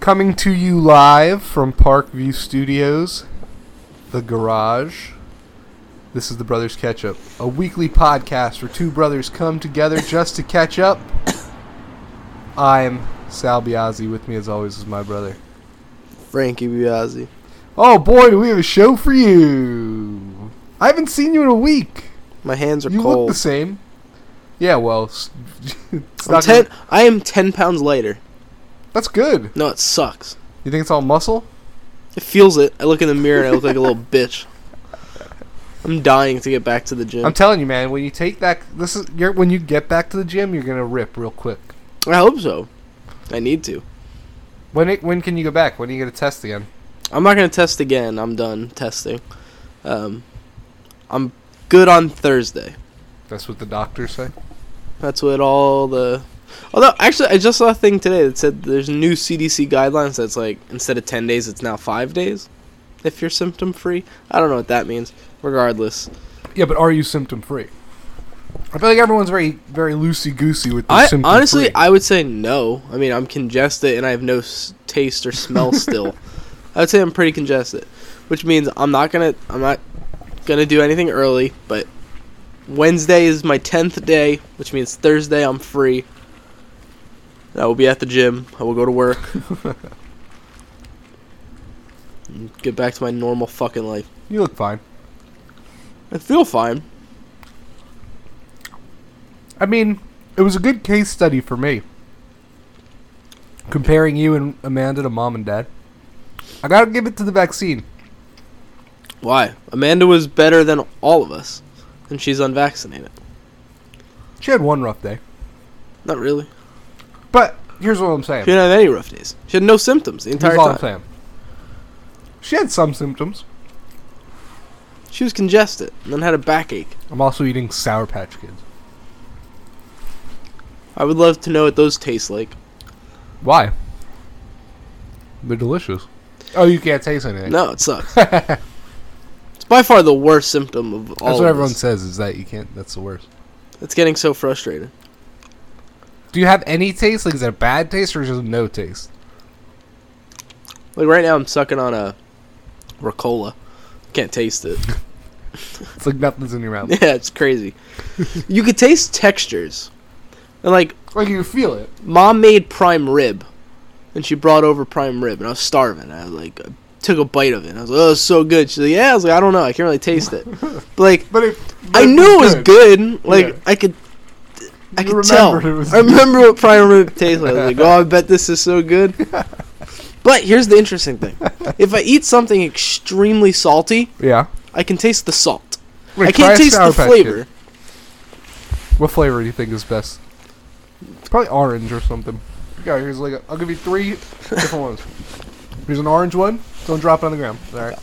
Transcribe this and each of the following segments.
Coming to you live from Parkview Studios, The Garage. This is the Brothers Catch Up, a weekly podcast where two brothers come together just to catch up. I'm Sal Biazzi. With me, as always, is my brother. Frankie Biazzi. Oh boy, do we have a show for you! I haven't seen you in a week. My hands are you look cold. the same. Yeah, well, s- it's I'm not ten, gonna- I am ten pounds lighter. that's good. No, it sucks. You think it's all muscle? It feels it. I look in the mirror and I look like a little bitch. I'm dying to get back to the gym. I'm telling you, man. When you take that, this is you're, when you get back to the gym, you're gonna rip real quick. I hope so. I need to. When it, when can you go back? When are you gonna test again? I'm not gonna test again. I'm done testing. Um, I'm good on Thursday. That's what the doctors say. That's what all the. Although, actually, I just saw a thing today that said there's new CDC guidelines that's like instead of 10 days, it's now 5 days if you're symptom free. I don't know what that means. Regardless, Yeah, but are you symptom free? I feel like everyone's very very loosey goosey with the I symptom honestly, free. I would say no. I mean, I'm congested and I have no s- taste or smell still. I would say I'm pretty congested, which means I'm not gonna I'm not gonna do anything early. But Wednesday is my tenth day, which means Thursday I'm free. And I will be at the gym. I will go to work. And Get back to my normal fucking life. you look fine. I feel fine. I mean, it was a good case study for me. Comparing you and Amanda to mom and dad, I gotta give it to the vaccine. Why? Amanda was better than all of us, and she's unvaccinated. She had one rough day, Not really. but here's what I'm saying. She didn't have any rough days. She had no symptoms the entire Here's all I'm time. saying. She had some symptoms. She was congested and then had a backache. I'm also eating Sour Patch Kids. I would love to know what those taste like. Why? They're delicious. Oh, you can't taste anything. No, it sucks. it's by far the worst symptom of all. That's of what everyone us. says is that you can't. That's the worst. It's getting so frustrating. Do you have any taste? Like, is it a bad taste or just no taste? Like right now, I'm sucking on a Ricola. Can't taste it. It's like nothing's in your mouth. yeah, it's crazy. you could taste textures, and like like you feel it. mom made prime rib, and she brought over prime rib, and I was starving. I like took a bite of it. And I was like, "Oh, it's so good." She's like, "Yeah." I was like, "I don't know. I can't really taste it." But like, But it. I knew it was good. Like Yeah. I could, I You could tell. remembered it was I remember what prime rib tastes like. I was like, oh, I bet this is so good. but here's the interesting thing: if I eat something extremely salty, Yeah. I can taste the salt. Wait, I can't try a taste Sour the Patch flavor. Kid. What flavor do you think is best? Probably orange or something. Yeah, here's like a, I'll give you three different ones. Here's an orange one. Don't drop it on the ground. All right.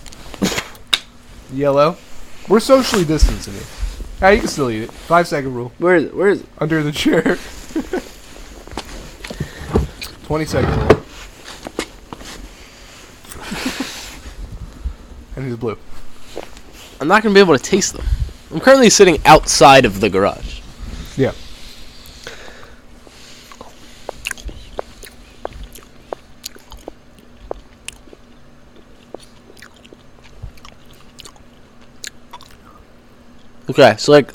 Yellow. We're socially distancing here. Yeah, you can still eat it. Five second rule. Where is it? Where is it? Under the chair. 20 second rule. and he's blue. I'm not gonna be able to taste them. I'm currently sitting outside of the garage. Yeah. Okay, so like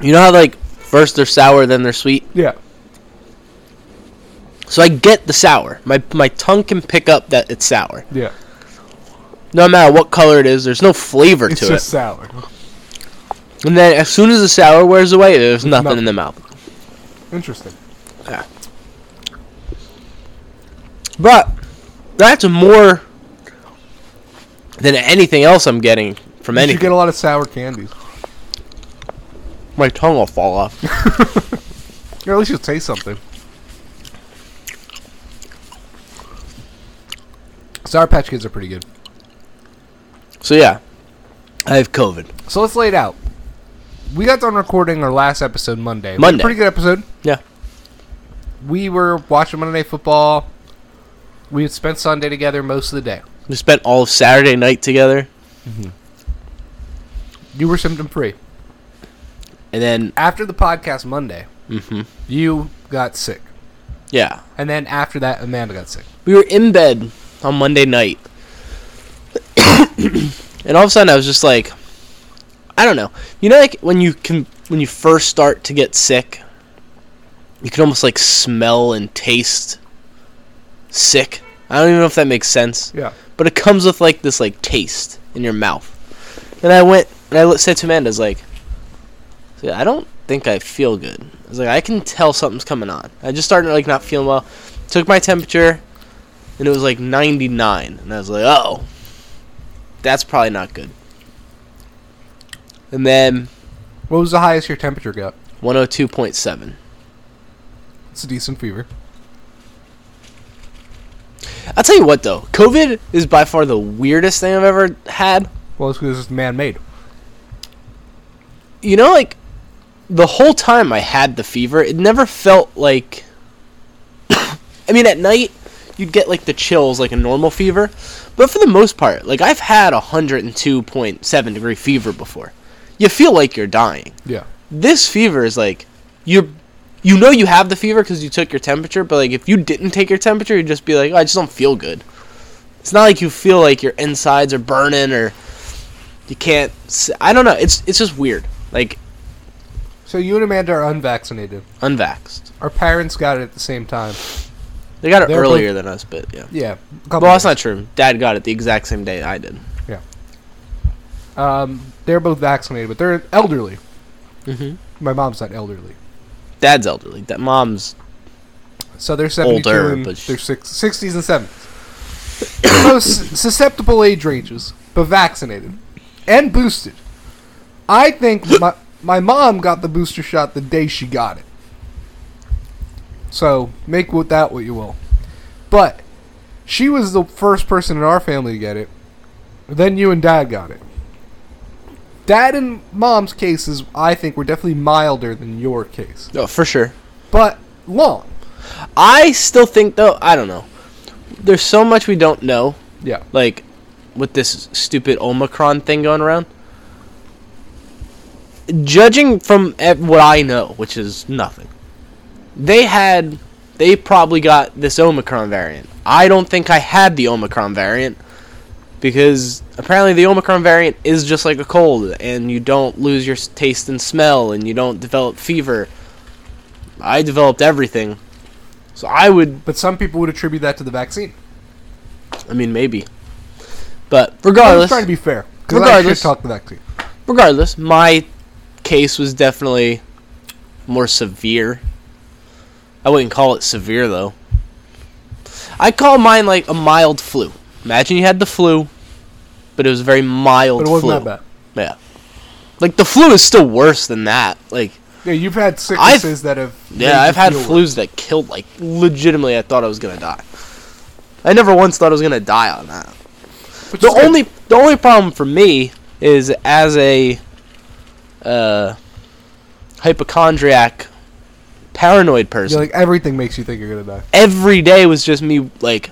You know how like first they're sour then they're sweet? Yeah. So I get the sour. My my tongue can pick up that it's sour. Yeah. No matter what color it is, there's no flavor It's to just sour. it. And then as soon as the sour wears away, there's nothing in the mouth. Interesting. But that's more than anything else I'm getting from You should anything. get a lot of sour candies. my tongue will fall off. Or at least you'll taste something. Sour Patch Kids are pretty good. so yeah. I have COVID. So let's lay it out. We got done recording our last episode Monday. It was a Monday. Pretty good episode. Yeah. We were watching Monday Night Football. We had spent Sunday together most of the day. We spent all of Saturday night together. You were symptom free. and then After the podcast Monday, hmm you got sick. yeah, And then after that, Amanda got sick. we were in bed on Monday night, and all of a sudden I was just like, I don't know. You know, like when you can when you first start to get sick, you can almost like smell and taste sick. I don't even know if that makes sense, Yeah. but it comes with like this like taste in your mouth. And I went and I li- said to Amanda, I was like, "See, I don't think I feel good. I was like, I can tell something's coming on. I just started like not feeling well. Took my temperature, and it was like 99, and I was like, oh, that's probably not good. And then What was the highest your temperature got? 102.7. It's a decent fever. I'll tell you what though, COVID is by far the weirdest thing I've ever had. Well, it's because it's man made. you know, like the whole time I had the fever, it never felt like. I mean, at night you'd get like the chills, like a normal fever, but for the most part, like I've had a hundred and two point seven degree fever before. You feel like you're dying. Yeah. This fever is like you're. You know you have the fever because you took your temperature, but like if you didn't take your temperature, you'd just be like, oh, I just don't feel good. It's not like you feel like your insides are burning or you can't. s- I don't know. It's it's just weird. Like So you and Amanda are unvaccinated. unvaxxed. Our parents got it at the same time. They got it They were earlier than us, but yeah. Yeah. a Well, couple days. that's not true. Dad got it the exact same day I did. Um, they're both vaccinated, but they're elderly. Mm-hmm. My mom's not elderly. Dad's elderly. That mom's So they're 72 Older, and but sh- they're six, 60s and 70s. Most susceptible age ranges, but vaccinated and boosted. I think my, my mom got the booster shot the day she got it. So make with that what you will. But she was the first person in our family to get it. Then you and dad got it. Dad and mom's cases, I think, were definitely milder than your case, oh, for sure. but long. I still think though. I don't know. There's so much we don't know. Yeah. Like with this stupid Omicron thing going around. Judging from ev- what I know, which is nothing, they had. They probably got this Omicron variant. I don't think I had the Omicron variant. because apparently the Omicron variant is just like a cold, and you don't lose your s- taste and smell, and you don't develop fever. I developed everything, so I would. But some people would attribute that to the vaccine. I mean, maybe, but I'm regardless, trying to be fair. Regardless. Regardless, talk the vaccine. regardless, my case was definitely more severe. I wouldn't call it severe though. I call mine like a mild flu. Imagine you had the flu, but it was a very mild But it wasn't flu. that bad. Yeah. Like the flu is still worse than that. Like Yeah, you've had sicknesses that have. made yeah, I've you had feel flus that killed like legitimately I thought I was gonna die. I never once thought I was gonna die on that. worse, which The is good. only the only problem for me is as a uh hypochondriac paranoid Yeah, person. like everything makes you think you're gonna die. every day was just me like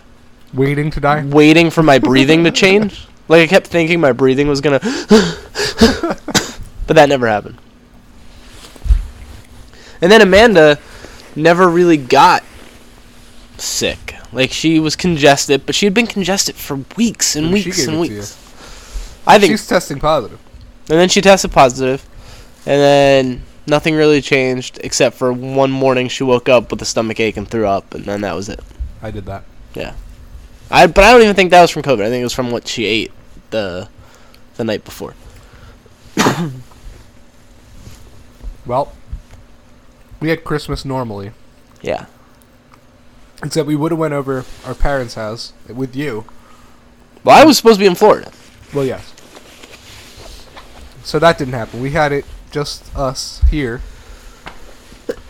Waiting to die. waiting for my breathing to change. Like I kept thinking my breathing was gonna, but that never happened. And then Amanda never really got sick. Like she was congested, but she had been congested for weeks and Ooh, she weeks gave and it to you. weeks. I think, She's testing positive. and then she tested positive, and then nothing really changed except for one morning she woke up with a stomach ache and threw up, and then that was it. I did that. I but I don't even think that was from COVID. I think it was from what she ate the the night before. Well, we had Christmas normally, Yeah. except we would have went over our parents' house with you. Well, I was supposed to be in Florida. Well, yes. So that didn't happen. We had it just us here.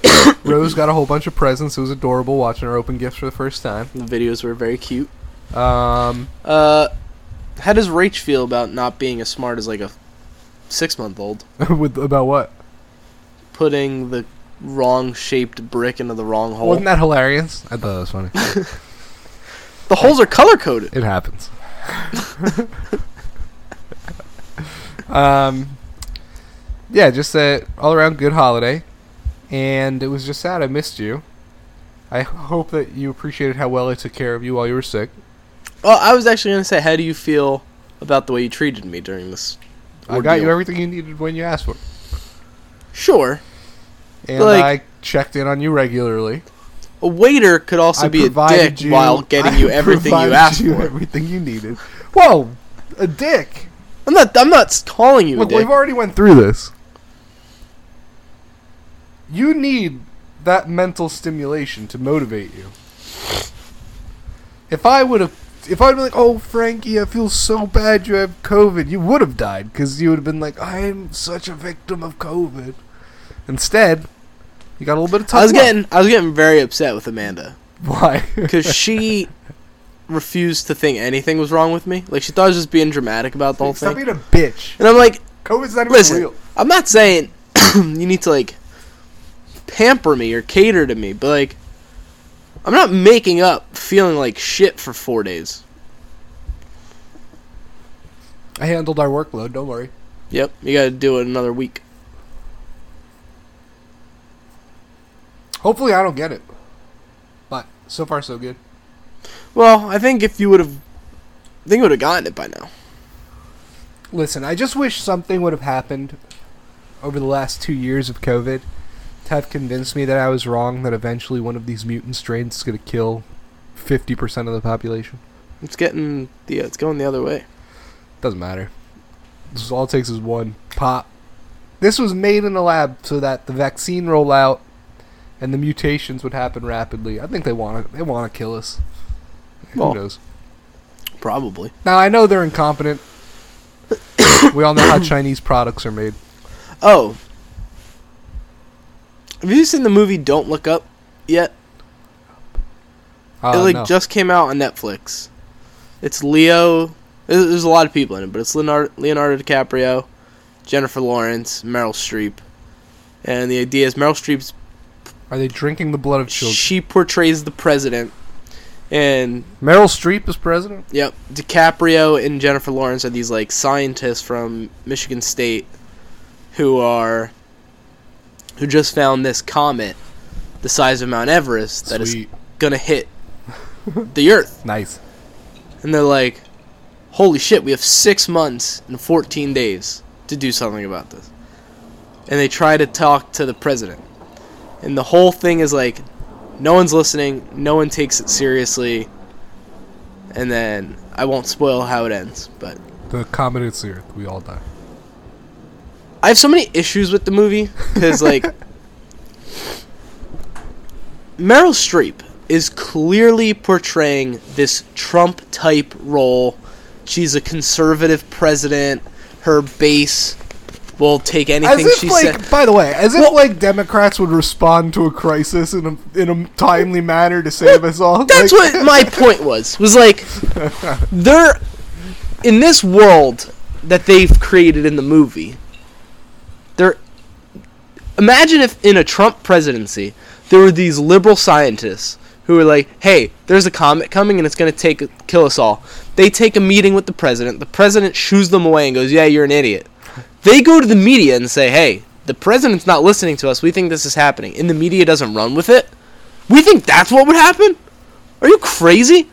Rose got a whole bunch of presents. It was adorable watching her open gifts for the first time. The videos were very cute. Um, Uh, how does Rach feel about not being as smart as like a six month old? with about what? Putting the wrong shaped brick into the wrong hole. Wasn't that hilarious? Oh. I thought that was funny. the holes are color coded. it happens. um, yeah, just a all around good holiday, and it was just sad I missed you. I hope that you appreciated how well I took care of you while you were sick. Well, I was actually gonna say, how do you feel about the way you treated me during this? I got you ordeal? everything you needed when you asked for, it. Sure, and Like- I checked in on you regularly. a waiter could also I be a provided dick while getting you I everything you provided asked you for. Everything you needed. Whoa, a dick. I'm not. I'm not calling you Look, a dick. we've already went through this. You need that mental stimulation to motivate you. If I would have, if I'd been like, "Oh, Frankie, I feel so bad you have COVID," you would have died because you would have been like, "I'm such a victim of COVID." Instead, you got a little bit of time. I was getting. I was getting very upset with Amanda why? because she refused to think anything was wrong with me. Like she thought I was just being dramatic about the whole Stop thing. being a bitch. And I'm like, COVID's not even Listen. real. I'm not saying you need to like pamper me or cater to me, but like I'm not making up feeling like shit for four days. I handled our workload. Don't worry. Yep, you gotta do it another week. Hopefully, I don't get it. But so far, so good. Well, I think if you would have, I think you would have gotten it by now. Listen, I just wish something would have happened over the last two years of COVID to have convinced me that I was wrong. That eventually, one of these mutant strains is going to kill fifty percent of the population. It's getting the, uh, it's going the other way. Doesn't matter. This is, all it takes is one pop. This was made in a lab so that the vaccine rollout and the mutations would happen rapidly. I think they want to. They want to kill us. Well, Who knows? Probably. Now I know they're incompetent. we all know how Chinese products are made. Oh, have you seen the movie Don't Look Up yet? Uh, it like no. just came out on Netflix. It's Leo. there- There's a lot of people in it, but it's Leonardo, Leonardo DiCaprio, Jennifer Lawrence, Meryl Streep, and the idea is Meryl Streep's Are they drinking the blood of children? she portrays the president, and Meryl Streep is president. Yep. DiCaprio and Jennifer Lawrence are these like scientists from Michigan State who are who just found this comet the size of Mount Everest that is Sweet. gonna hit the Earth. Nice. And they're like, Holy shit, we have six months and fourteen days to do something about this. And they try to talk to the president. And the whole thing is like no one's listening, no one takes it seriously. And then I won't spoil how it ends, but The comet is the earth. We all die. I have so many issues with the movie because like Meryl Streep is clearly portraying this Trump type role. She's a conservative president. Her base will take As anything if, she like, says. by the way, as if Well- like Democrats would respond to a crisis in a in a timely manner to save us all. That's Like, what my point was. Was like they're in this world that they've created in the movie. They're imagine if in a Trump presidency there were these liberal scientists who were like, "Hey, there's a comet coming and it's going to take kill us all." They take a meeting with the president. The president shoos them away and goes, "Yeah, you're an idiot." They go to the media and say, "Hey, the president's not listening to us. We think this is happening." And the media doesn't run with it. We think that's what would happen? Are you crazy?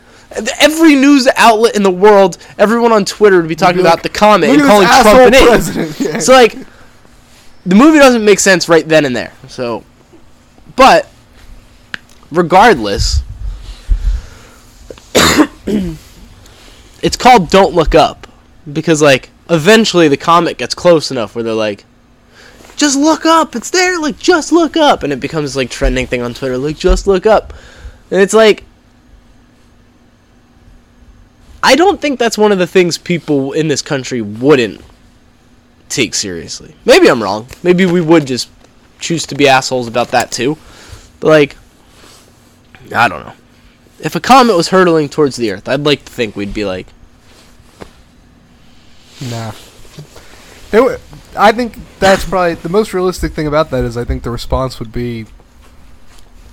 Every news outlet in the world, everyone on Twitter would be talking be about like, the comet Look at and calling this Trump an asshole idiot. president. Yeah. So like, the movie doesn't make sense right then and there. So, but regardless, it's called "Don't Look Up" because like eventually the comet gets close enough where they're like, "Just look up, it's there!" Like, just look up, and it becomes like trending thing on Twitter. Like, just look up, and it's like. I don't think that's one of the things people in this country wouldn't take seriously. Maybe I'm wrong. Maybe we would just choose to be assholes about that too. But like, I don't know. If a comet was hurtling towards the Earth, I'd like to think we'd be like, Nah. They would, I think that's probably the most realistic thing about that is I think the response would be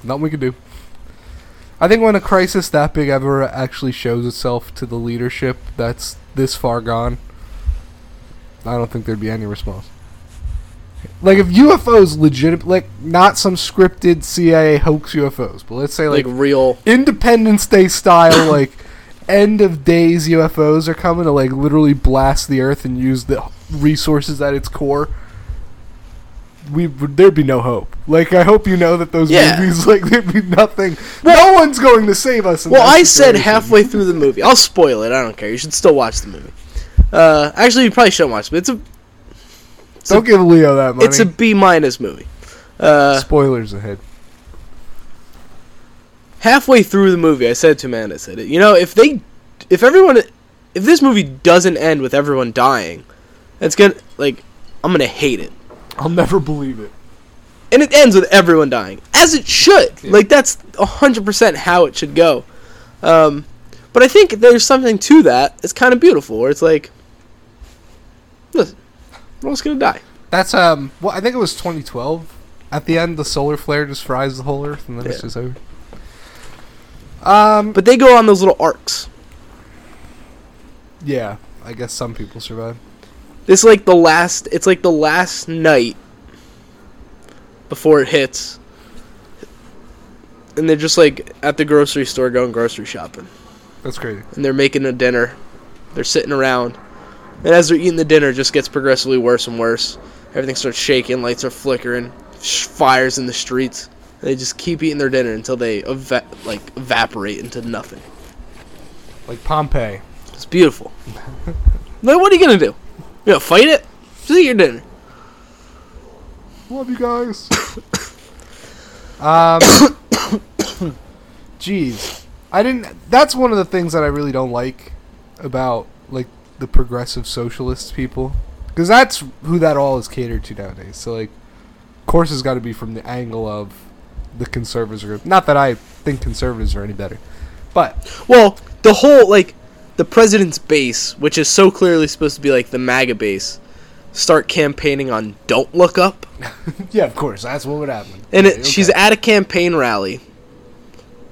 nothing we could do. I think when a crisis that big ever actually shows itself to the leadership that's this far gone, I don't think there'd be any response. Like if UFOs legit, like not some scripted CIA hoax UFOs, but let's say Like, like, real. Independence Day style, like end of days UFOs are coming to like literally blast the Earth and use the resources at its core. We would there'd be no hope. Like I hope you know that those Yeah. movies, like there'd be nothing. no one's going to save us. In Well, that I said situation. halfway through the movie. I'll spoil it. I don't care. You should still watch the movie. Uh, actually, you probably shouldn't watch it. But it's a Don't give Leo that money. it's a B minus movie. Uh, spoilers ahead. halfway through the movie, I said to Amanda, I said, you know, if they, if everyone, if this movie doesn't end with everyone dying, that's gonna like, I'm gonna hate it. I'll never believe it. and it ends with everyone dying, as it should. Yeah. Like that's hundred percent how it should go. Um, but I think there's something to that. It's kind of beautiful. Where it's like, listen, we're all just gonna die. That's um. Well, I think it was 2012. At the end, the solar flare just fries the whole Earth, and then it's Yeah. just over. Um. But they go on those little arcs. Yeah, I guess some people survive. It's like the last. It's like the last night before it hits, and they're just like at the grocery store going grocery shopping. That's crazy. and they're making a dinner. They're sitting around, and as they're eating the dinner, it just gets progressively worse and worse. Everything starts shaking, lights are flickering, sh- fires in the streets. They just keep eating their dinner until they eva- like evaporate into nothing. Like Pompeii. It's beautiful. like, what are you gonna do? You gonna fight it? Just eat your dinner. Love you guys. um. Jeez, Um, I didn't. That's one of the things that I really don't like about like the progressive socialist people, because that's who that all is catered to nowadays. So like, of course, has got to be from the angle of the conservatives group. Not that I think conservatives are any better, but Well, the whole like the president's base, which is so clearly supposed to be like the MAGA base, start campaigning on "Don't Look Up." yeah, of course, that's what would happen. And it, Okay, she's okay. at a campaign rally,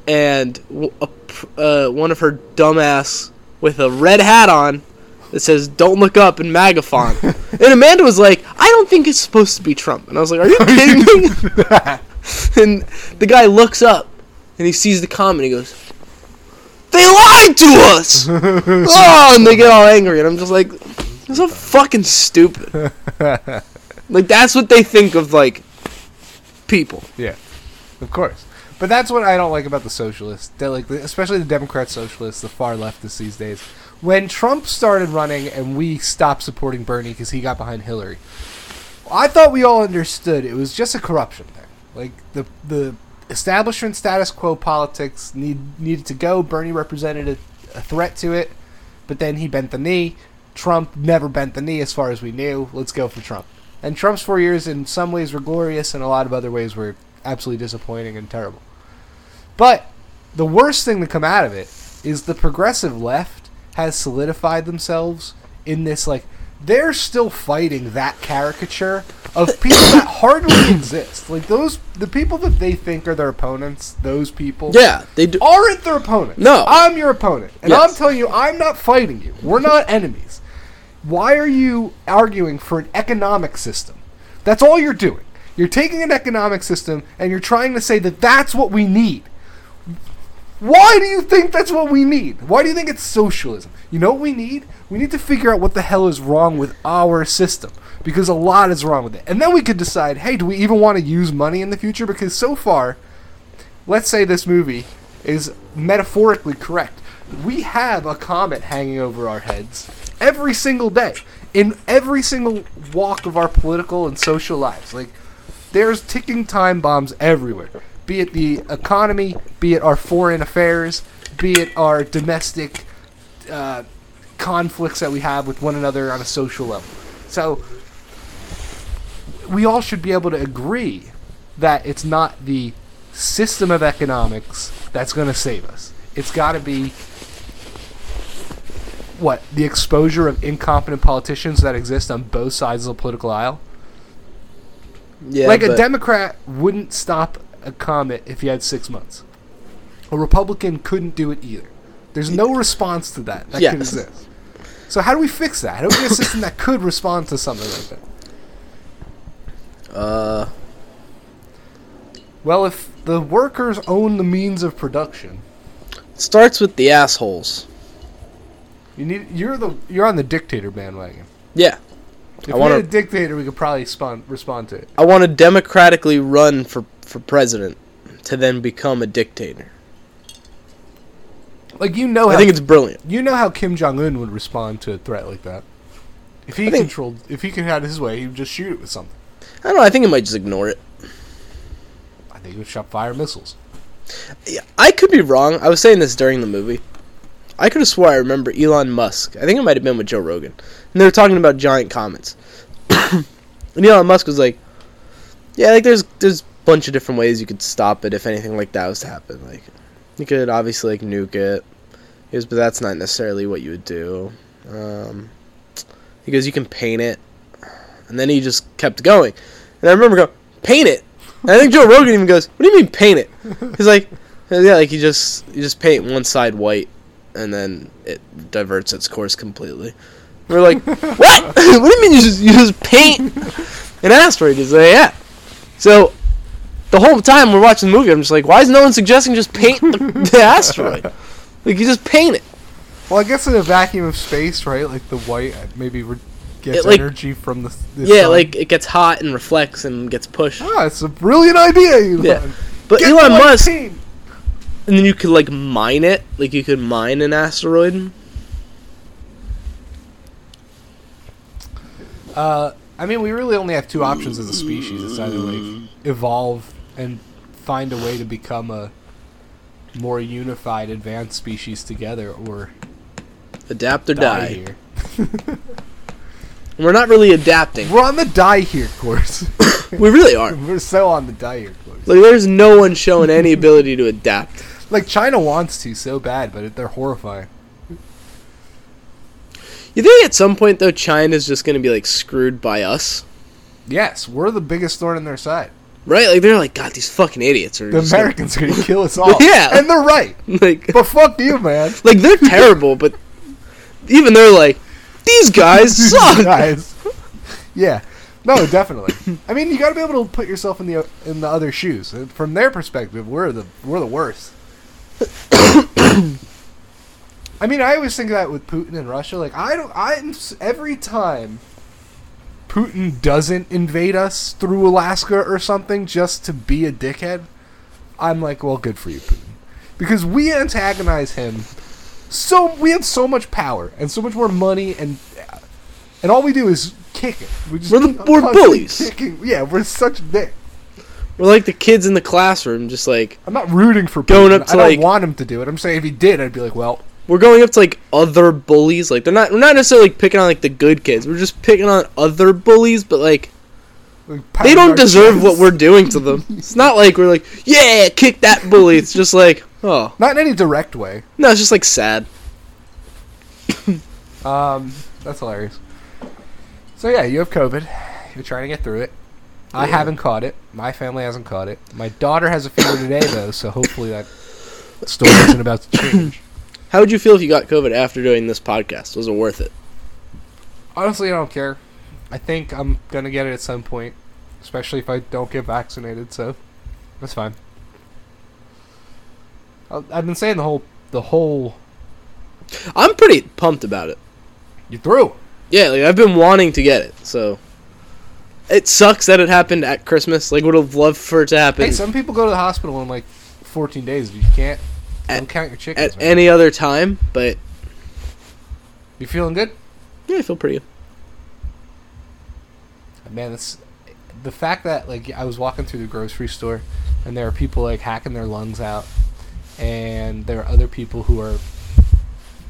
and w- a p uh, one of her dumbass with a red hat on that says "Don't look up" in MAGA font. and Amanda was like, "I don't think it's supposed to be Trump." And I was like, "Are you kidding me?" and the guy looks up, and he sees the comment. He goes, "They lied to us!" oh, and they get all angry, and I'm just like, "This is so fucking stupid." like that's what they think of like people. Yeah, of course. But that's what I don't like about the socialists, They're like the- especially the Democrat socialists, the far leftists these days. When Trump started running and we stopped supporting Bernie because he got behind Hillary, I thought we all understood it was just a corruption thing. Like the the establishment status quo politics need needed to go. Bernie represented a, a threat to it, but then he bent the knee. Trump never bent the knee, as far as we knew. Let's go for Trump. And Trump's four years, in some ways, were glorious, and a lot of other ways were absolutely disappointing and terrible. But the worst thing to come out of it is the progressive left has solidified themselves in this like they're still fighting that caricature of people that hardly exist. Like those the people that they think are their opponents, those people Yeah, they do. aren't their opponent. No. I'm your opponent. And Yes. I'm telling you, I'm not fighting you. We're not enemies. Why are you arguing for an economic system? That's all you're doing. You're taking an economic system and you're trying to say that that's what we need. Why do you think that's what we need? Why do you think it's socialism? You know what we need? We need to figure out what the hell is wrong with our system because a lot is wrong with it. And then we could decide, hey, do we even want to use money in the future? Because so far, let's say this movie is metaphorically correct. We have a comet hanging over our heads every single day in every single walk of our political and social lives. Like there's ticking time bombs everywhere. Be it the economy, be it our foreign affairs, be it our domestic uh, conflicts that we have with one another on a social level. So we all should be able to agree that it's not the system of economics that's going to save us. It's got to be what the exposure of incompetent politicians that exist on both sides of the political aisle. Yeah, like a but- Democrat wouldn't stop a comet if he had six months. A Republican couldn't do it either. There's no response to that that Yeah. could exist. So how do we fix that? How do we get a system that could respond to something like that? Uh, Well, if the workers own the means of production, it starts with the assholes. you need you're the you're on the dictator bandwagon. Yeah, If I we wanna- had a dictator, we could probably spawn, respond to it. I want to democratically run for for president to then become a dictator. Like you know, I how, think it's brilliant. you know how Kim Jong Un would respond to a threat like that. If he I think- controlled, if he could have his way, he would just shoot it with something. I don't know. I think it might just ignore it. I think he would shot fire missiles. Yeah, I could be wrong. I was saying this during the movie. I could have swore I remember Elon Musk. I think it might have been with Joe Rogan. And they were talking about giant comets. and Elon Musk was like, "Yeah, like there's there's a bunch of different ways you could stop it if anything like that was to happen. Like you could obviously like nuke it. He goes, but that's not necessarily what you would do. Um, he goes, you can paint it. And then he just kept going. And I remember going, paint it. And I think Joe Rogan even goes, what do you mean paint it? He's like, yeah, like you just you just paint one side white, and then it diverts its course completely. We're like, what? what do you mean you just you just paint an asteroid? He's like, yeah. So the whole time we're watching the movie, I'm just like, why is no one suggesting just paint the, the asteroid? Like you just paint it. Well, I guess in a vacuum of space, right? Like the white uh, maybe re- gets It, like- energy from the, the yeah, sun. like it gets hot and reflects and gets pushed. ah, it's a brilliant idea. Elon. Yeah. But Get Elon the white Musk, team. and then you could like mine it. Like you could mine an asteroid. Uh, I mean, we really only have two options as a species. It's either like evolve and find a way to become a more unified, advanced species together, or Adapt or die, die. here. We're not really adapting. We're on the die here course. We really are. We're so on the die here course. Like, there's no one showing any ability to adapt. Like China wants to so bad, but it, they're horrifying. You think at some point though, China's just gonna be like screwed by us, Yes, we're the biggest thorn in their side. right? Like they're like, God, these fucking idiots are The just gonna-" Americans are gonna kill us all. Yeah. and they're right. like, But fuck you, man. like they're terrible, but even they're like, these guys suck. Guys. Yeah. No, definitely. I mean, you got to be able to put yourself in the in the other shoes. And From their perspective, we're the we're the worst. I mean, I always think that with Putin and Russia. Like, I don't. I'm s- every time Putin doesn't invade us through Alaska or something just to be a dickhead, I'm like, well, good for you, Putin, because we antagonize him. So we have so much power and so much more money, and and all we do is kick it. We just We're the- keep on we're constantly bullies. Kicking. Yeah, we're such dick. We're like the kids in the classroom, just like I'm not rooting for Putin. Going up to, I don't like- want him to do it. I'm saying if he did, I'd be like, well, we're going up to like other bullies. Like they're not, we're not necessarily like, picking on like the good kids. We're just picking on other bullies, but like like, they pound don't our deserve what chests. we're doing to them. It's not like we're like, yeah, kick that bully. It's just like, oh. Not in any direct way. No, it's just like sad. Um, that's hilarious. So yeah, you have COVID. You're trying to get through it. I Yeah. haven't caught it. My family hasn't caught it. My daughter has a fever today though, so hopefully that story isn't about to change. How would you feel if you got COVID after doing this podcast? Was it worth it? Honestly, I don't care. I think I'm gonna get it at some point, especially if I don't get vaccinated. So that's fine. I- I've been saying the whole the whole I'm pretty pumped about it. you through. Yeah, like I've been wanting to get it, so it sucks that it happened at Christmas. Like would have loved for it to happen Hey, some people go to the hospital in like 14 days. But you can't. At- don't count your chickens. at man. any other time, but you feeling good? yeah, I feel pretty good. Man, that's the fact that like I was walking through the grocery store, and there are people like hacking their lungs out, and there are other people who are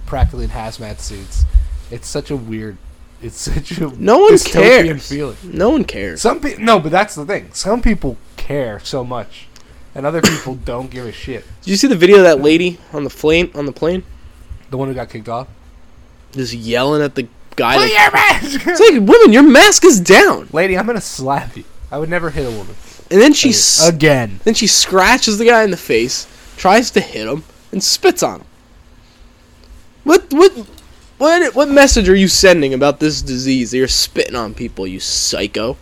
practically in hazmat suits. It's such a weird. It's such a No one dystopian cares. feeling. No one cares. Some people no, but that's the thing. Some people care so much, and other people don't give a shit. Did you see the video of that lady on the plane on the plane? The one who got kicked off. Just yelling at the guy Put like, your mask- It's like woman, your mask is down. Lady, I'm gonna slap you. I would never hit a woman. And then she s- again. Then she scratches the guy in the face, tries to hit him, and spits on him. What what what what message are you sending about this disease that you're spitting on people, you psycho?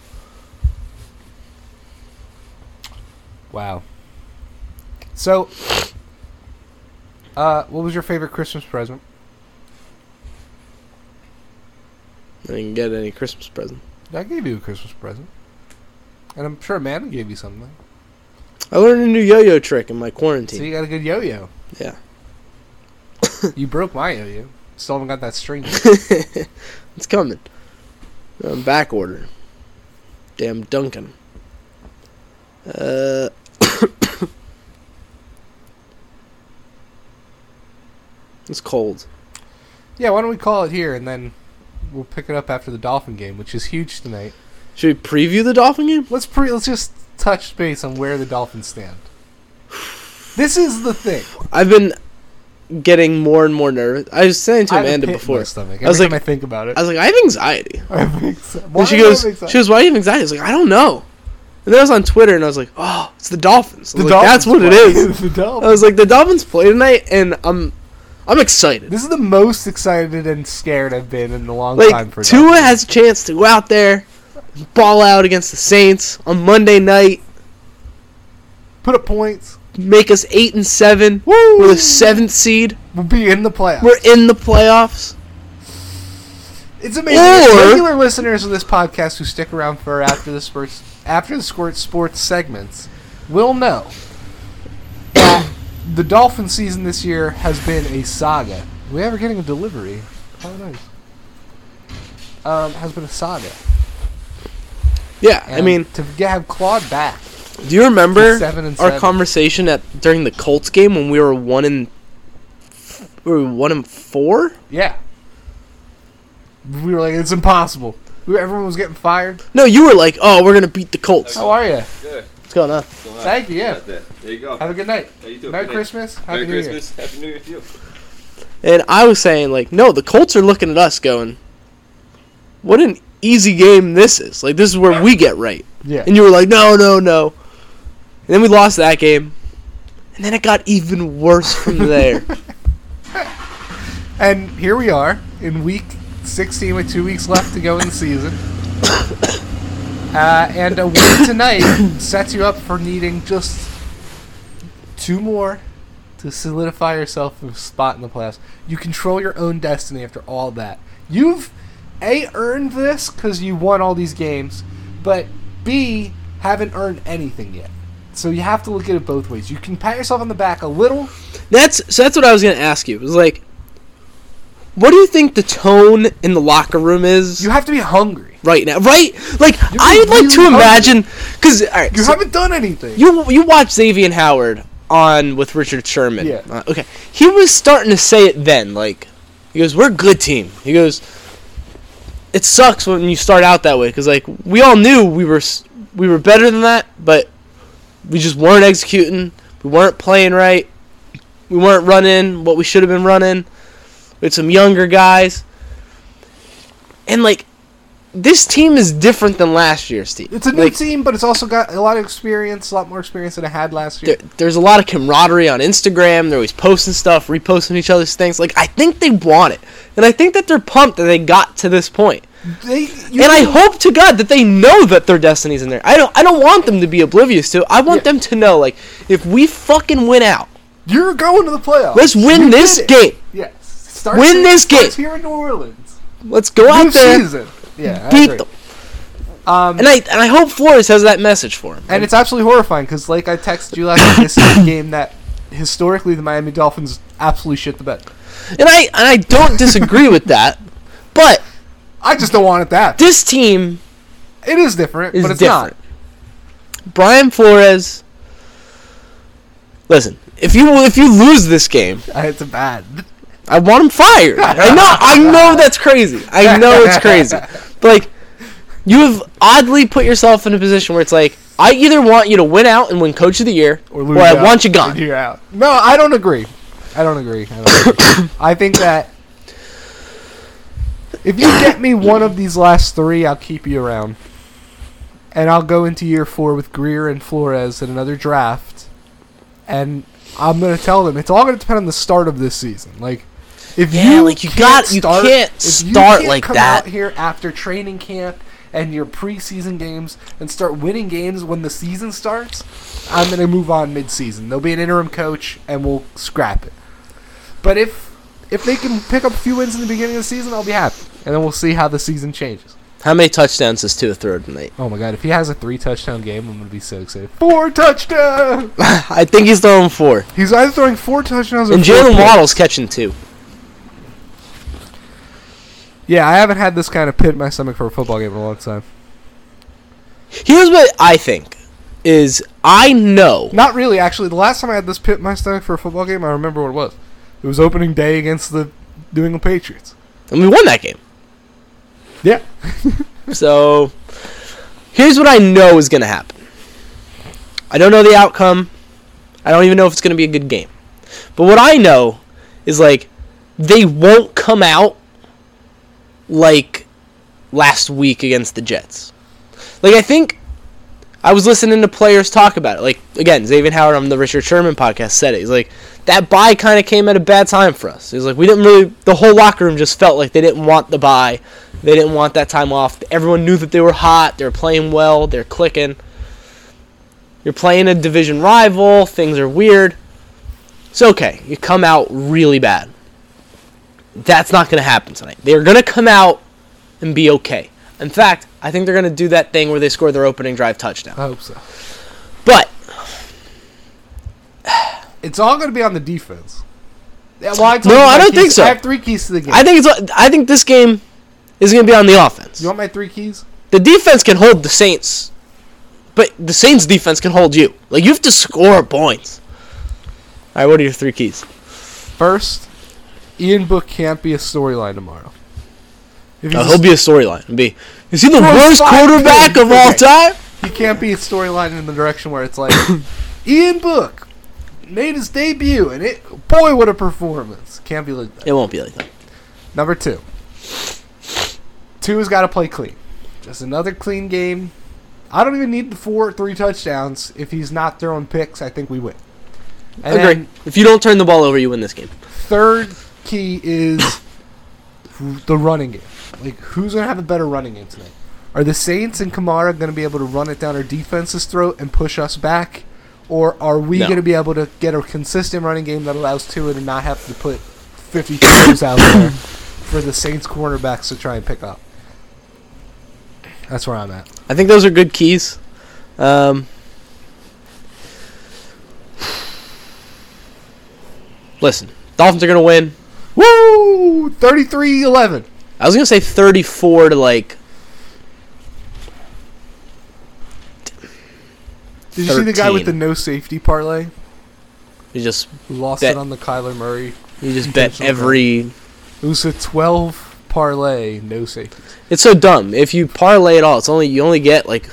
Wow. So, uh, what was your favorite Christmas present? I didn't get any Christmas present. I gave you a Christmas present, and I'm sure Amanda gave you something. I learned a new yo-yo trick in my quarantine. So you got a good yo-yo. Yeah. you broke my yo-yo. Still haven't got that string. it's coming. I'm back order. Damn Duncan. Uh. it's cold. yeah, why don't we call it here and then we'll pick it up after the Dolphin game, which is huge tonight. Should we preview the Dolphin game? Let's pre. Let's just touch base on where the Dolphins stand. This is the thing. I've been getting more and more nervous. I was saying to I have a Amanda pit in before. my stomach. Every I was time like- I think about it. I was like, I have anxiety. I have anxi- Why and she do I have goes, anxiety? she goes, why do you have anxiety? I was like, I don't know. And then I was on Twitter and I was like, oh, it's the Dolphins. I was like, That's what Dolphins it play. is. the I Dolphins. was like, the Dolphins play tonight, and I'm, I'm excited. This is the most excited and scared I've been in a long time Like for Tua Dolphins. has a chance to go out there, and ball out against the Saints on Monday night, Put up points. make us eight and seven. Woo! We're the seventh seed. We'll be in the playoffs. We're in the playoffs. It's amazing. Or- regular listeners of this podcast who stick around for after the sports after the squirt sports segments will know that the dolphin season this year has been a saga. We ever getting a delivery? How nice. Um, has been a saga. Yeah, I And mean, to g- have Claude back. do you remember It's seven and our seven. conversation at during the Colts game when we were one and we were one and four? Yeah. We were like, it's impossible. We, everyone was getting fired. No, you were like, "Oh, we're gonna beat the Colts." How are you? Good. What's going on? So, uh, Thank you, yeah. got that. There you go. Have a good night. Yeah, you too. Merry Good night. Christmas. Happy Merry New Year. Christmas. Happy New Year to you. And I was saying like, "No, the Colts are looking at us, going, what an easy game this is. Like, this is where we get right." Yeah. And you were like, "No, no, no." And then we lost that game, and then it got even worse from there. And here we are in week 16 with two weeks left to go in the season. Uh, and a win tonight sets you up for needing just two more to solidify yourself a spot in the playoffs. You control your own destiny after all that. You've A, earned this because you won all these games, but B, haven't earned anything yet. So you have to look at it both ways. You can pat yourself on the back a little. That's so. That's what I was gonna ask you. It was like, what do you think the tone in the locker room is You have to be hungry. right now? Right? Like, You're I'd like to really imagine because all right, You so haven't done anything. you you watch Xavier Howard on with Richard Sherman. Yeah. Uh, okay, he was starting to say it then. Like, he goes, "We're a good team." He goes, "It sucks when you start out that way because like we all knew we were s- we were better than that, but we just weren't executing. We weren't playing right. We weren't running what we should have been running. We had some younger guys, and like." This team is different than last year's team. It's a new Like, team, but it's also got a lot of experience, a lot more experience than I had last year. there, there's a lot of camaraderie on Instagram. They're always posting stuff, reposting each other's things. Like I think they want it, and I think that they're pumped that they got to this point. They, you and I know- hope to God that they know that their destiny's in there. I don't. I don't want them to be oblivious to. it. I want Yeah. them to know, like, if we fucking win out, you're going to the playoffs. let's win You this did it. game. Yes, Starts Win here- this starts game. here in New Orleans. Let's go New out there, season. Yeah, I agree. beat them. Um, And I and I hope Flores has that message for him. and it's absolutely horrifying because, like I texted you last night, this is a game that historically the Miami Dolphins absolutely shit the bed. and I and I don't disagree with that, but I just don't want it that. this team It is different, is but it's different. Brian Flores. Listen, if you if you lose this game, not. It's bad. I want him fired. I know, I know that's crazy. I know it's crazy, but like you have oddly put yourself in a position where it's like I either want you to win out and win Coach of the Year, or, lose I out. want you gone. You're out. No, I don't agree. I don't agree. I, don't agree. I think that if you get me one of these last three, I'll keep you around, and I'll go into year four with Greer and Flores in another draft, and I'm gonna tell them it's all gonna depend on the start of this season. Like, if Yeah, you like, you can't got- you start, can't if you start can't like come that. out here after training camp. and your preseason games and start winning games when the season starts, I'm going to move on midseason. There'll be an interim coach, and we'll scrap it. But if if they can pick up a few wins in the beginning of the season, I'll be happy. And then we'll see how the season changes. How many touchdowns does Tua throw tonight? Oh my god, if he has a three touchdown game, I'm going to be so excited. Four touchdowns! I think he's throwing four. He's either throwing four touchdowns or And four Jalen picks. Waddle's catching two. Yeah, I haven't had this kind of pit in my stomach for a football game in a long time. Here's what I think is I know Not really, actually. The last time I had this pit in my stomach for a football game, I remember what it was. It was opening day against the New England Patriots. and we won that game. Yeah. So here's what I know is gonna happen. I don't know the outcome. I don't even know if it's gonna be a good game. But what I know is like they won't come out like last week against the Jets. Like I think I was listening to players talk about it. Like again, Xavier Howard on the Richard Sherman podcast said it. He's like that buy kind of came at a bad time for us. He's like we didn't really the whole locker room just felt like they didn't want the buy. They didn't want that time off. Everyone knew that they were hot. They were playing well. They're clicking. You're playing a division rival. Things are weird. It's okay. You come out really bad. That's not going to happen tonight. They're going to come out and be okay. In fact, I think they're going to do that thing where they score their opening drive touchdown. I hope so. But It's all going to be on the defense. Yeah, well, I told No, you I my don't keys- think so. I have three keys to the game. I think it's I think this game is going to be on the offense. you want my three keys? the defense can hold the Saints, but the Saints defense can hold you. Like you have to score points. All right, what are your three keys? First, Ian Book can't be a storyline tomorrow. If he's Uh, a he'll be a storyline. It'll Be is he the Throw worst five quarterback picks. of all Okay. time? he can't be a storyline in the direction where it's like Ian Book made his debut and it boy what a performance. Can't be like that. It won't be like that. Number two. Two has gotta play clean. Just another clean game. I don't even need the four or three touchdowns. If he's not throwing picks, I think we win. And Agree. then if you don't turn the ball over, you win this game. third key is the running game. Like, who's going to have a better running game tonight? Are the Saints and Kamara going to be able to run it down our defense's throat and push us back? Or are we No. going to be able to get a consistent running game that allows Tua to not have to put 50 throws out there for the Saints cornerbacks to try and pick up? That's where I'm at. I think those are good keys. Um, listen, Dolphins are gonna win. Woo! 33 11. I was gonna say 34 to like Did you see the guy with 13. the no safety parlay? you just Lost That- it on the Kyler Murray you just bet Intentional every. It was a 12 parlay, no safeties. It's so dumb. If you parlay it all, it's only you only get like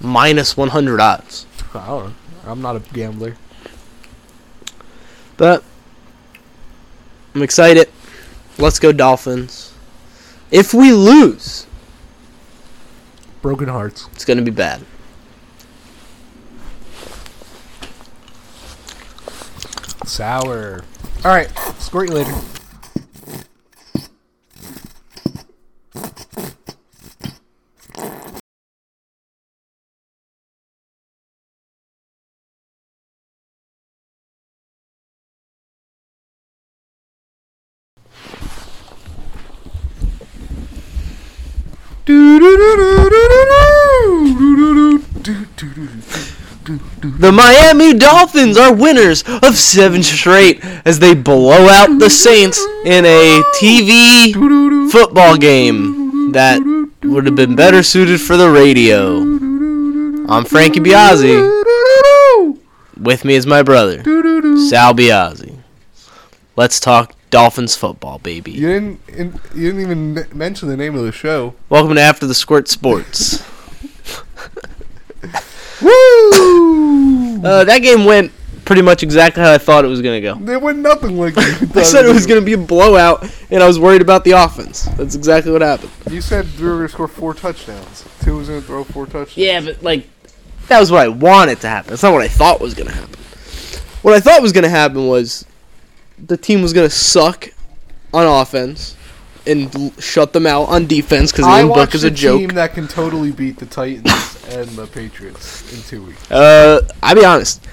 minus 100 odds. I don't know. I'm not a gambler. But I'm excited. Let's go Dolphins. If we lose, Broken hearts. it's gonna be bad. Sour. All right. Squirt you later. The Miami Dolphins are winners of seven straight as they blow out the Saints in a TV football game that would have been better suited for the radio. I'm Frankie Biazzi. With me is my brother, Sal Biazzi. Let's talk Dolphins football, baby. You didn't. in- You didn't even n- mention the name of the show. Welcome to After the Squirt Sports. Woo! Uh, that game went pretty much exactly how I thought it was going to go. They went nothing like you I said it was going to be a blowout, and I was worried about the offense. That's exactly what happened. You said we were gonna score four touchdowns. Two was gonna throw four touchdowns. Yeah, but like that was what I wanted to happen. That's not what I thought was gonna happen. What I thought was gonna happen was the team was gonna suck on offense and l- shut them out on defense because I Ian Book watched is a joke. team that can totally beat the Titans and the Patriots in two weeks. Uh, I'll be honest.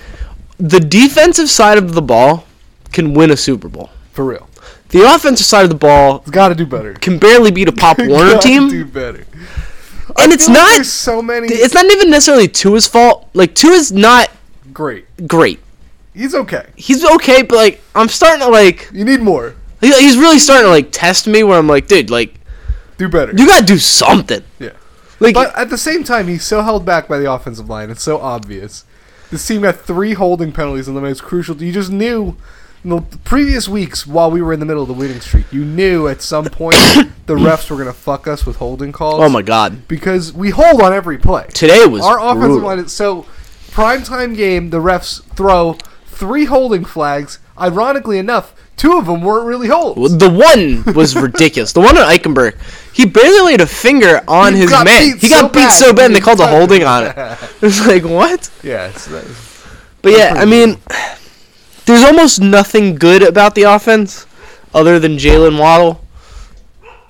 The defensive side of the ball can win a Super Bowl. For real, The offensive side of the ball it's got to do better. can barely beat a Pop Warner Gotta team, do better. and it's Like, not. There's so many. It's not even necessarily Tua's fault. Like Tua's not great. great. He's okay. He's okay, but like I'm starting to like. You need more. he- He's really starting to like test me where I'm like, dude, like Do better. you gotta do something. yeah. Like But at the same time, he's so held back by the offensive line. It's so obvious. This team got three holding penalties in the most crucial. You just knew in the previous weeks while we were in the middle of the winning streak, you knew at some point the refs were going to fuck us with holding calls. oh my god, Because we hold on every play. today was Our offensive brutal. line is so primetime game. The refs throw three holding flags. Ironically enough, two of them weren't really holds. Well, The one was ridiculous. The one on Eichenberg, he barely laid a finger on He his got man. beat He so got beat bad, so he bad, and they didn't called a touch holding him. on it. It was like what? Yeah, it's that's But yeah, I mean, there's almost nothing good about the offense other than Jalen Waddle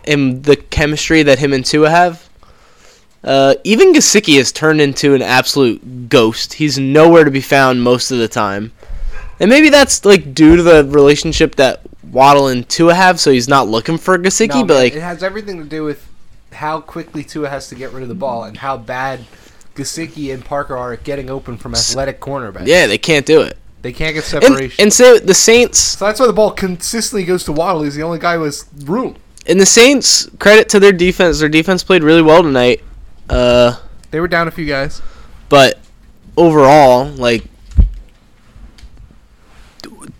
and the chemistry that him and Tua have. Uh, even Gasicki has turned into an absolute ghost. He's nowhere to be found most of the time, and maybe that's like due to the relationship that Waddle and Tua have. So he's not looking for Gasicki, but like it has everything to do with how quickly Tua has to get rid of the ball and how bad Gasicki and Parker are at getting open from athletic cornerbacks. yeah, they can't do it. they can't get And, separation. and so the Saints so that's why the ball consistently goes to Waddle. He's the only guy who has room. And the Saints, credit to their defense, their defense played really well tonight. Uh, They were down a few guys. but overall, like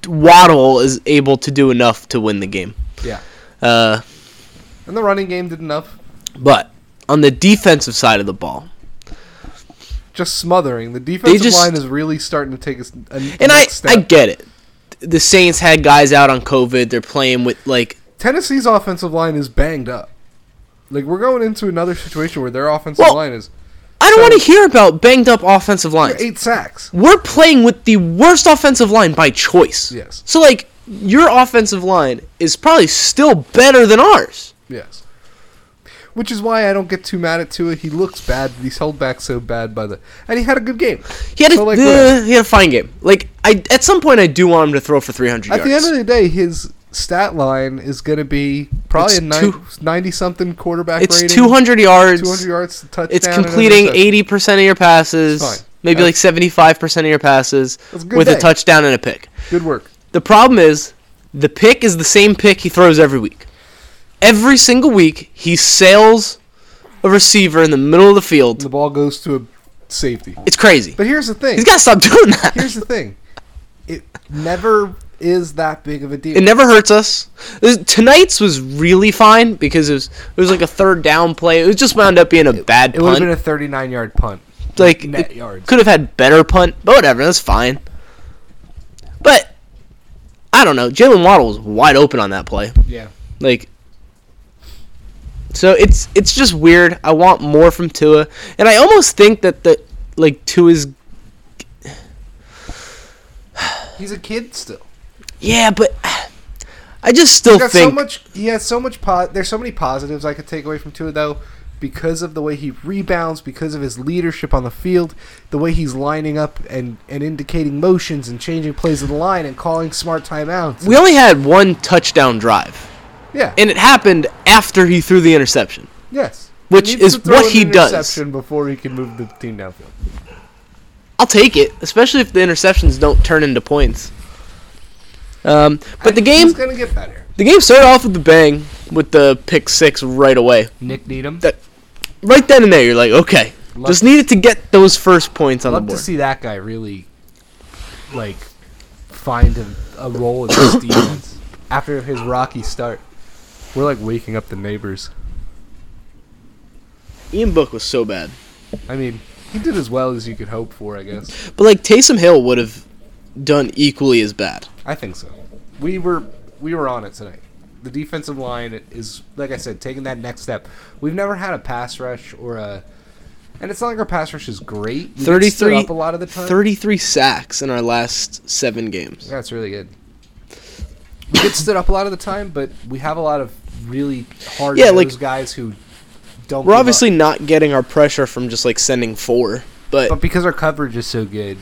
Waddle is able to do enough to win the game. Yeah, Uh, and the running game did enough. but on the defensive side of the ball, Just smothering. The defensive just- line is really starting to take a, s- a and I, next I step. get it. The Saints had guys out on COVID. They're playing with like Tennessee's offensive line is banged up. Like we're going into another situation where their offensive Well- line is I don't So- want to hear about banged up offensive lines. eight sacks. we're playing with the worst offensive line by choice. Yes. So like your offensive line is probably still better than ours. Yes. Which is why I don't get too mad at Tua. He looks bad, but he's held back so bad by the, and he had a good game. He had a So, like, uh, whatever. he had a fine game. Like I at some point I do want him to throw for 300 At yards. the end of the day, his stat line is going to be probably It's a nine- two- 90 something quarterback it's rating. 200 yards. 200 yards, to touchdown. it's and completing interception. 80% of your It's passes, fine. maybe like 75% of your passes That's a good with a day. touchdown and a pick. Good work. The problem is the pick is the same pick he throws every week. Every single week he sails a receiver in the middle of the The field. ball goes to a safety. It's crazy. But here's the thing. He's got to stop doing that. here's the thing. It never is that big of a deal. It never hurts us. This- Tonight's was really fine because it was it was like a third down play. It was just wound up being a bad it would have punt. been a 39 yard punt. like net it yards. could have had better punt, but whatever, that's fine. But I don't know. Jalen Waddle was wide open on that play. Yeah. Like so it's it's just weird. I want more from Tua, and I almost think that the like Tua's He's a kid still. yeah, but I just still He's got think so much. He has so much. Po- there's so many positives I could take away from Tua though, because of the way he rebounds, because of his leadership on the field, the way he's lining up and and indicating motions and changing plays of the line and calling smart timeouts. we only had one touchdown drive. yeah. and it happened after he threw the interception. yes. which He needs is to throw what an he does. interception Before he can move the team downfield. I'll take it, especially if the interceptions don't turn into points. Um, but the game, He's gonna get better. the game started off with a bang with the pick six right away, Nick Needham. That- right then and there. You're like, okay, Love- just needed to get those first points on the Love to board. see that guy really, like, find a, a role in this defense after his rocky start. We're like waking up the neighbors. Ian Book was so bad, I mean, he did as well as you could hope for, I guess. but like Taysom Hill would have done equally as bad. I think so. We were we were on it tonight. The defensive line is, like I said, taking that next step. We've never had a pass rush or a, and it's not like our pass rush is great. We get stood 33 up a lot of the time. 33 sacks in our last seven games. That's really good. We get stood up a lot of the time, but we have a lot of really hard. Yeah, to like- those guys who don't. We're give up. obviously not getting our pressure from just like sending four, but but because our coverage is so good,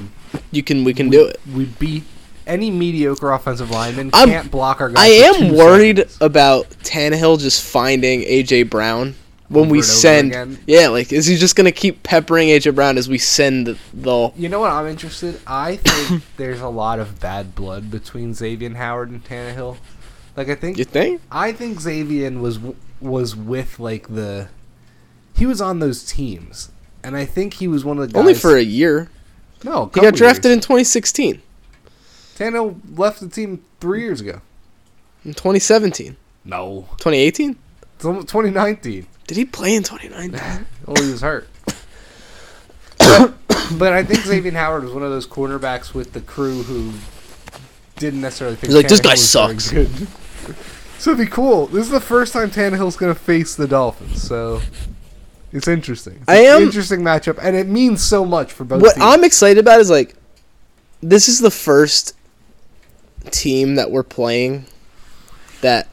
you can we can we, do it. We beat any mediocre offensive lineman I'm- can't block our guys. I for am two worried seconds. about Tannehill just finding AJ Brown when Over and we over send. again. Yeah, like is he just gonna keep peppering AJ Brown as we send the, the You know what I'm interested? I think there's a lot of bad blood between Xavier Howard and Tannehill. Like I think you think? I think Xavier was was with like the he was on those teams, and I think he was one of the guys. Only for a year. no, a He couple got drafted years. in 2016 Tannehill left the team three years ago. in 2017, No, 2018. it's almost 2019. Did he play in 2019? Oh, he was hurt. but I think Xavier Howard was one of those cornerbacks with the crew who didn't necessarily think. He's like, "This Tannehill guy was very sucks." Good. so it'd be cool. This is the first time Tannehill's going to face the Dolphins, so it's interesting. It's I an am- interesting matchup, and it means so much for both. what teams. I'm excited about is like this is the first team that we're playing that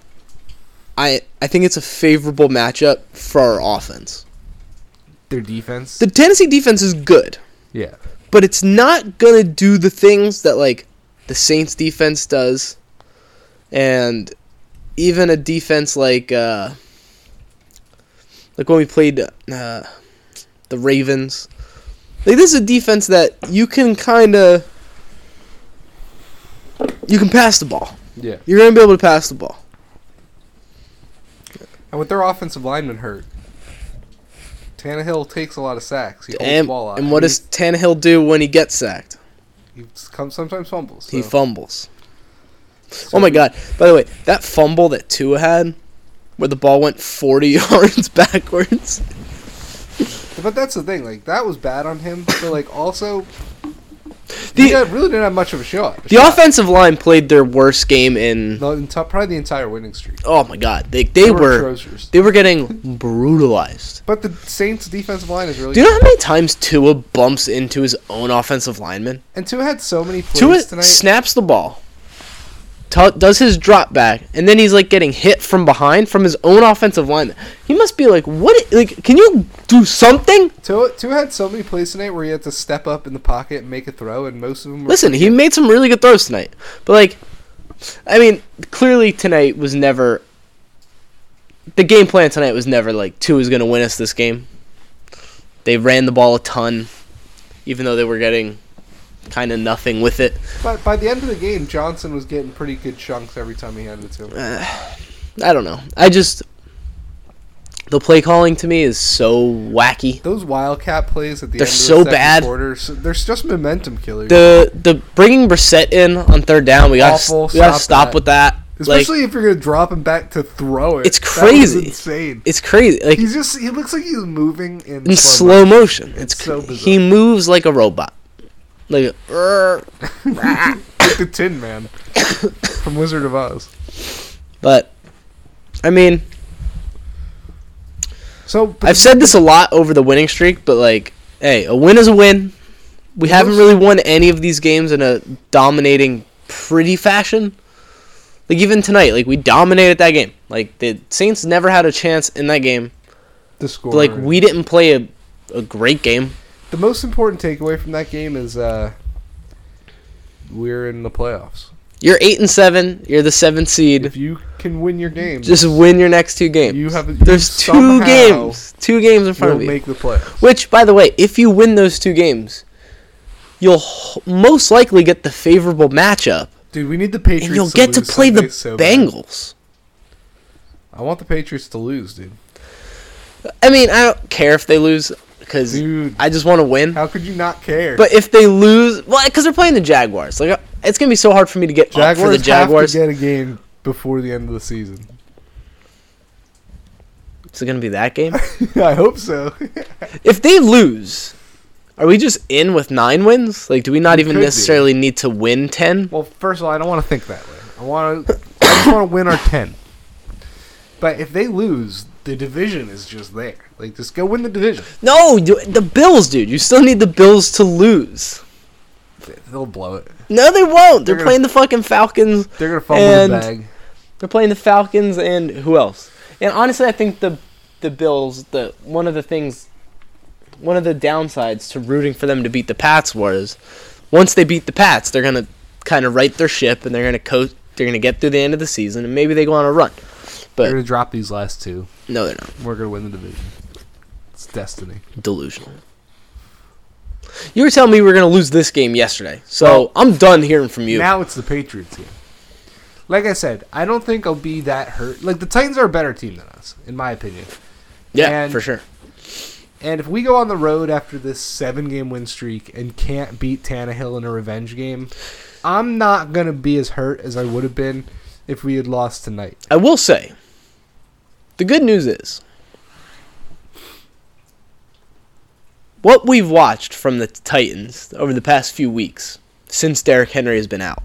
I I think it's a favorable matchup for our offense. their defense. The Tennessee defense is good, yeah, but it's not going to do the things that like the Saints defense does and even a defense like uh like when we played uh the Ravens. Like this is a defense that you can kind of you can pass the ball. yeah. You're going to be able to pass the ball. And with their offensive lineman hurt, Tannehill takes a lot of sacks. He holds the And, ball out. and what He- does Tannehill do when he gets sacked? he, comes sometimes fumbles? He so- fumbles. so Oh my he- god! By the way, that fumble that Tua had, where the ball went forty yards backwards. But that's the thing, like that was bad on him, but like also The- the, he got- really didn't have much of a shot. The offensive line played their worst game in. the enti- probably the entire winning streak. Oh my god! They they were atrocious. they were getting brutalized. But the Saints' defensive line is really. Do you know how many times Tua bumps into his own offensive lineman? and Tua had so many plays Tua tonight. snaps the ball, tu- does his drop back, and then he's like getting hit from behind from his own offensive lineman. He must be like, what? i- Like, can you do something? Tua, Tua had so many plays tonight where he had to step up in the pocket and make a throw, and most of them. Were, Listen, he made some really good throws tonight. But like I mean, clearly tonight was never the game plan tonight was never like two is gonna win us this game. They ran the ball a ton, even though they were getting kinda nothing with it. but by the end of the game, Johnson was getting pretty good chunks every time he handed it to Uh, him. I don't know. I just the play calling to me is so wacky. Those Wildcat plays at the They're end of the so second bad. quarter, so they're just momentum killers. The the bringing Brissett in on third down, we gotta Awful. we gotta Stop stop that. with that. Like Especially if you're gonna drop him back to throw it. It's That was crazy. insane. it's crazy. Like He's just he looks like he's moving in, in slow motion. It's, It's so cr- he moves like a robot. Like "Rrr." like the Tin Man from Wizard of Oz. but I mean, So but I've said this a lot over the winning streak, but like, hey, a win is a win. We haven't really won any of these games in a dominating pretty fashion. Like even tonight, like we dominated that game. Like the Saints never had a chance in that game. the score. But, like we didn't play a, a great game. the most important takeaway from that game is uh, we're in the playoffs. You're eight and seven. You're the seventh seed. If you can win your game, Just win your next two games. You have- you There's two somehow games. Two games in front you'll of you. make the playoffs. Which, by the way, if you win those two games, you'll h- most likely get the favorable matchup, Dude, we need the Patriots. and you'll get to lose play Sunday the so bad. Bengals. I want the Patriots to lose, dude. I mean, I don't care if they lose because Dude. I just want to win. How could you not care? But if they lose, well, because they're playing the Jaguars, like uh, it's gonna be so hard for me to get up Jaguars uh, for the Jaguars. have to get a game before the end of the season. Is it gonna be that game? I hope so. if they lose, are we just in with nine wins? Like, do we not We even could be. necessarily need to win ten? Well, first of all, I don't want to think that way. I want to. I just want to win our ten. But if they lose, the division is just there. Like, just go win the division. No, you- the Bills, dude. You still need the Bills to lose. They'll blow it. No, they won't. They're, They're gonna- playing the fucking Falcons. They're gonna fumble And- the bag. They're playing the Falcons and who else? And honestly, I think the the Bills, the one of the things, one of the downsides to rooting for them to beat the Pats was, once they beat the Pats, they're gonna kind of right their ship and they're gonna coast. They're gonna get through the end of the season and maybe they go on a run. We're But gonna drop these last two. No, they're not. We're gonna win the division. It's destiny. Delusional. You were telling me we were going to lose this game yesterday, so I'm done hearing from you. Now it's the Patriots game. Like I said, I don't think I'll be that hurt. Like the Titans are a better team than us, in my opinion. yeah, and- for sure. And if we go on the road after this seven game win streak and can't beat Tannehill in a revenge game, I'm not gonna be as hurt as I would have been if we had lost tonight. I will say, the good news is, what we've watched from the Titans over the past few weeks since Derrick Henry has been out,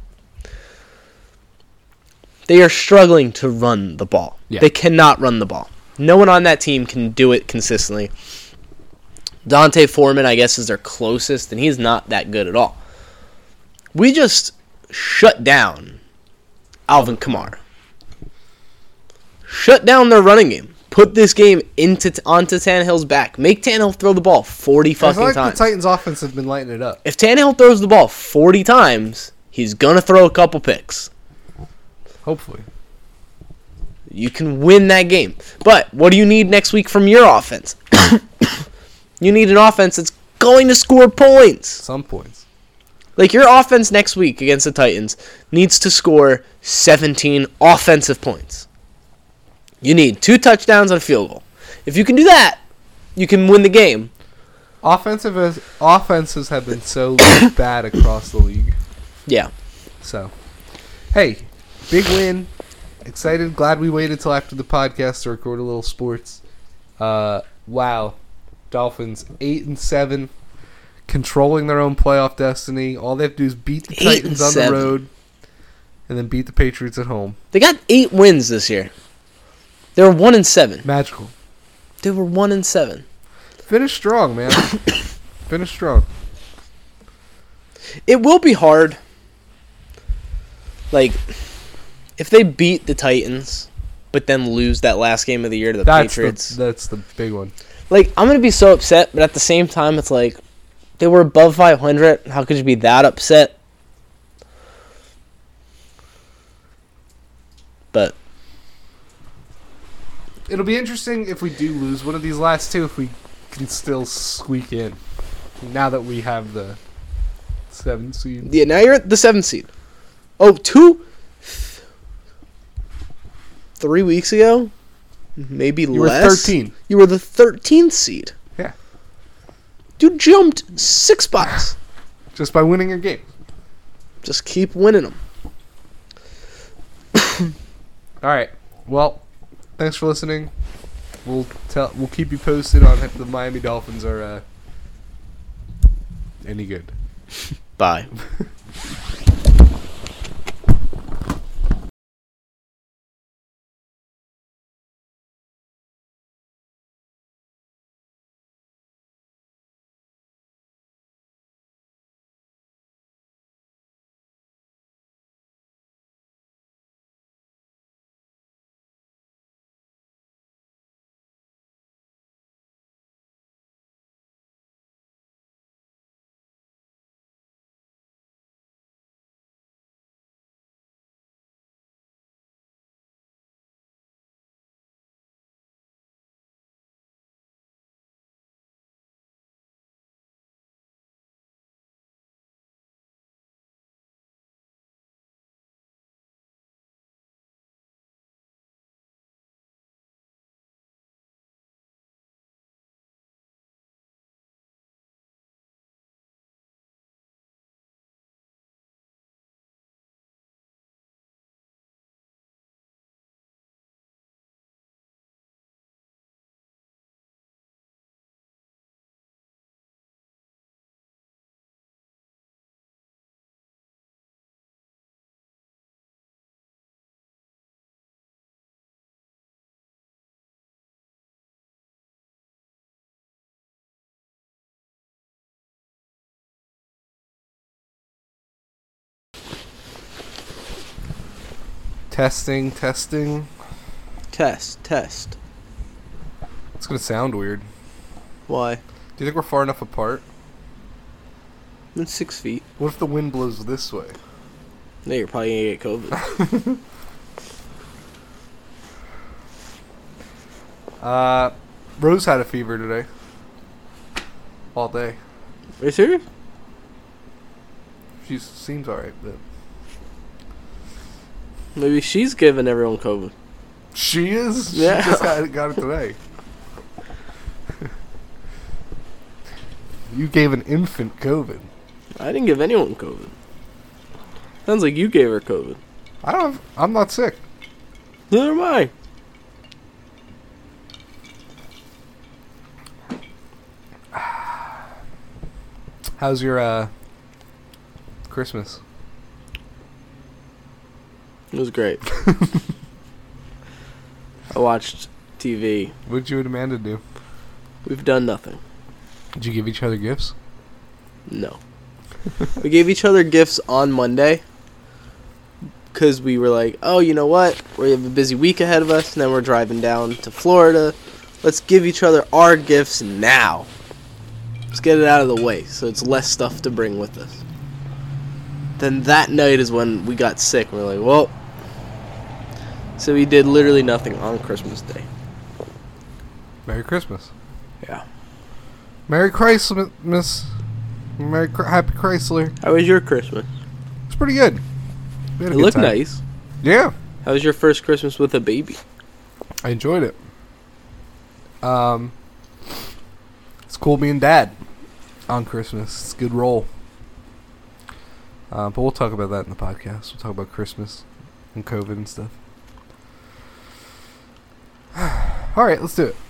they are struggling to run the ball. Yeah. They cannot run the ball. No one on that team can do it consistently. Dante Foreman, I guess, is their closest, and he's not that good at all. We just shut down Alvin Kamara shut down their running game. Put this game into onto Tannehill's back. Make Tannehill throw the ball forty I feel fucking like times. the Titans offense have been lighting it up. if Tannehill throws the ball forty times, he's gonna throw a couple picks. Hopefully. You can win that game. But what do you need next week from your offense? you need an offense that's going to score points. Some points. Like your offense next week against the Titans needs to score seventeen offensive points. You need two touchdowns and a field goal. If you can do that, you can win the game. Offensive as, offenses have been so bad across the league. Yeah. So, hey, big win. Excited. Glad we waited till after the podcast to record a little sports. Uh, wow. Dolphins eight and seven, controlling their own playoff destiny. All they have to do is beat the Eight and Titans on seven. the road, and then beat the Patriots at home. They got eight wins this year. They were one and seven. Magical. They were one and seven. Finish strong, man. Finish strong. It will be hard. Like, if they beat the Titans, but then lose that last game of the year to the That's Patriots, the, that's the big one. like I'm gonna be so upset. But at the same time, it's like they were above 500. How could you be that upset? But It'll be interesting if we do lose one of these last two, if we can still squeak in. Now that we have the seven seed. Yeah, now you're at the seventh seed. Oh, two, three weeks ago, maybe You were less. 13. You were the thirteenth seed. Yeah. You jumped six spots. Just by winning your game. Just keep winning them. All right. Well, thanks for listening. We'll tell. We'll keep you posted on if the Miami Dolphins are uh, any good. Bye. Testing, testing. Test, test. It's gonna sound weird. Why? Do you think we're far enough apart? It's six feet. What if the wind blows this way? No, you're probably gonna get COVID. Uh, Rose had a fever today. All day. Are you serious? She seems alright, but Maybe she's giving everyone COVID. she is. She Yeah. just got, got it today. you gave an infant COVID. I didn't give anyone COVID. Sounds like you gave her COVID. I don't. Have, I'm not sick. Neither am I. How's your uh Christmas? It was great. I watched TV. What did you and Amanda do? We've done nothing. Did you give each other gifts? No. we gave each other gifts on Monday because we were like, oh, you know what? We have a busy week ahead of us, and then we're driving down to Florida. Let's give each other our gifts now. Let's get it out of the way so it's less stuff to bring with us. Then that night is when we got sick. We're like, well. So we did literally nothing on Christmas Day. Merry Christmas. Yeah. Merry Christmas. Merry Chri- Happy Chrysler. How was your Christmas? It's pretty good. We had a good It looked time. nice. Yeah, How was your first Christmas with a baby? I enjoyed it. Um, it's cool being dad on Christmas. It's a good role. Uh, but we'll talk about that in the podcast. We'll talk about Christmas and COVID and stuff. All right, let's do it.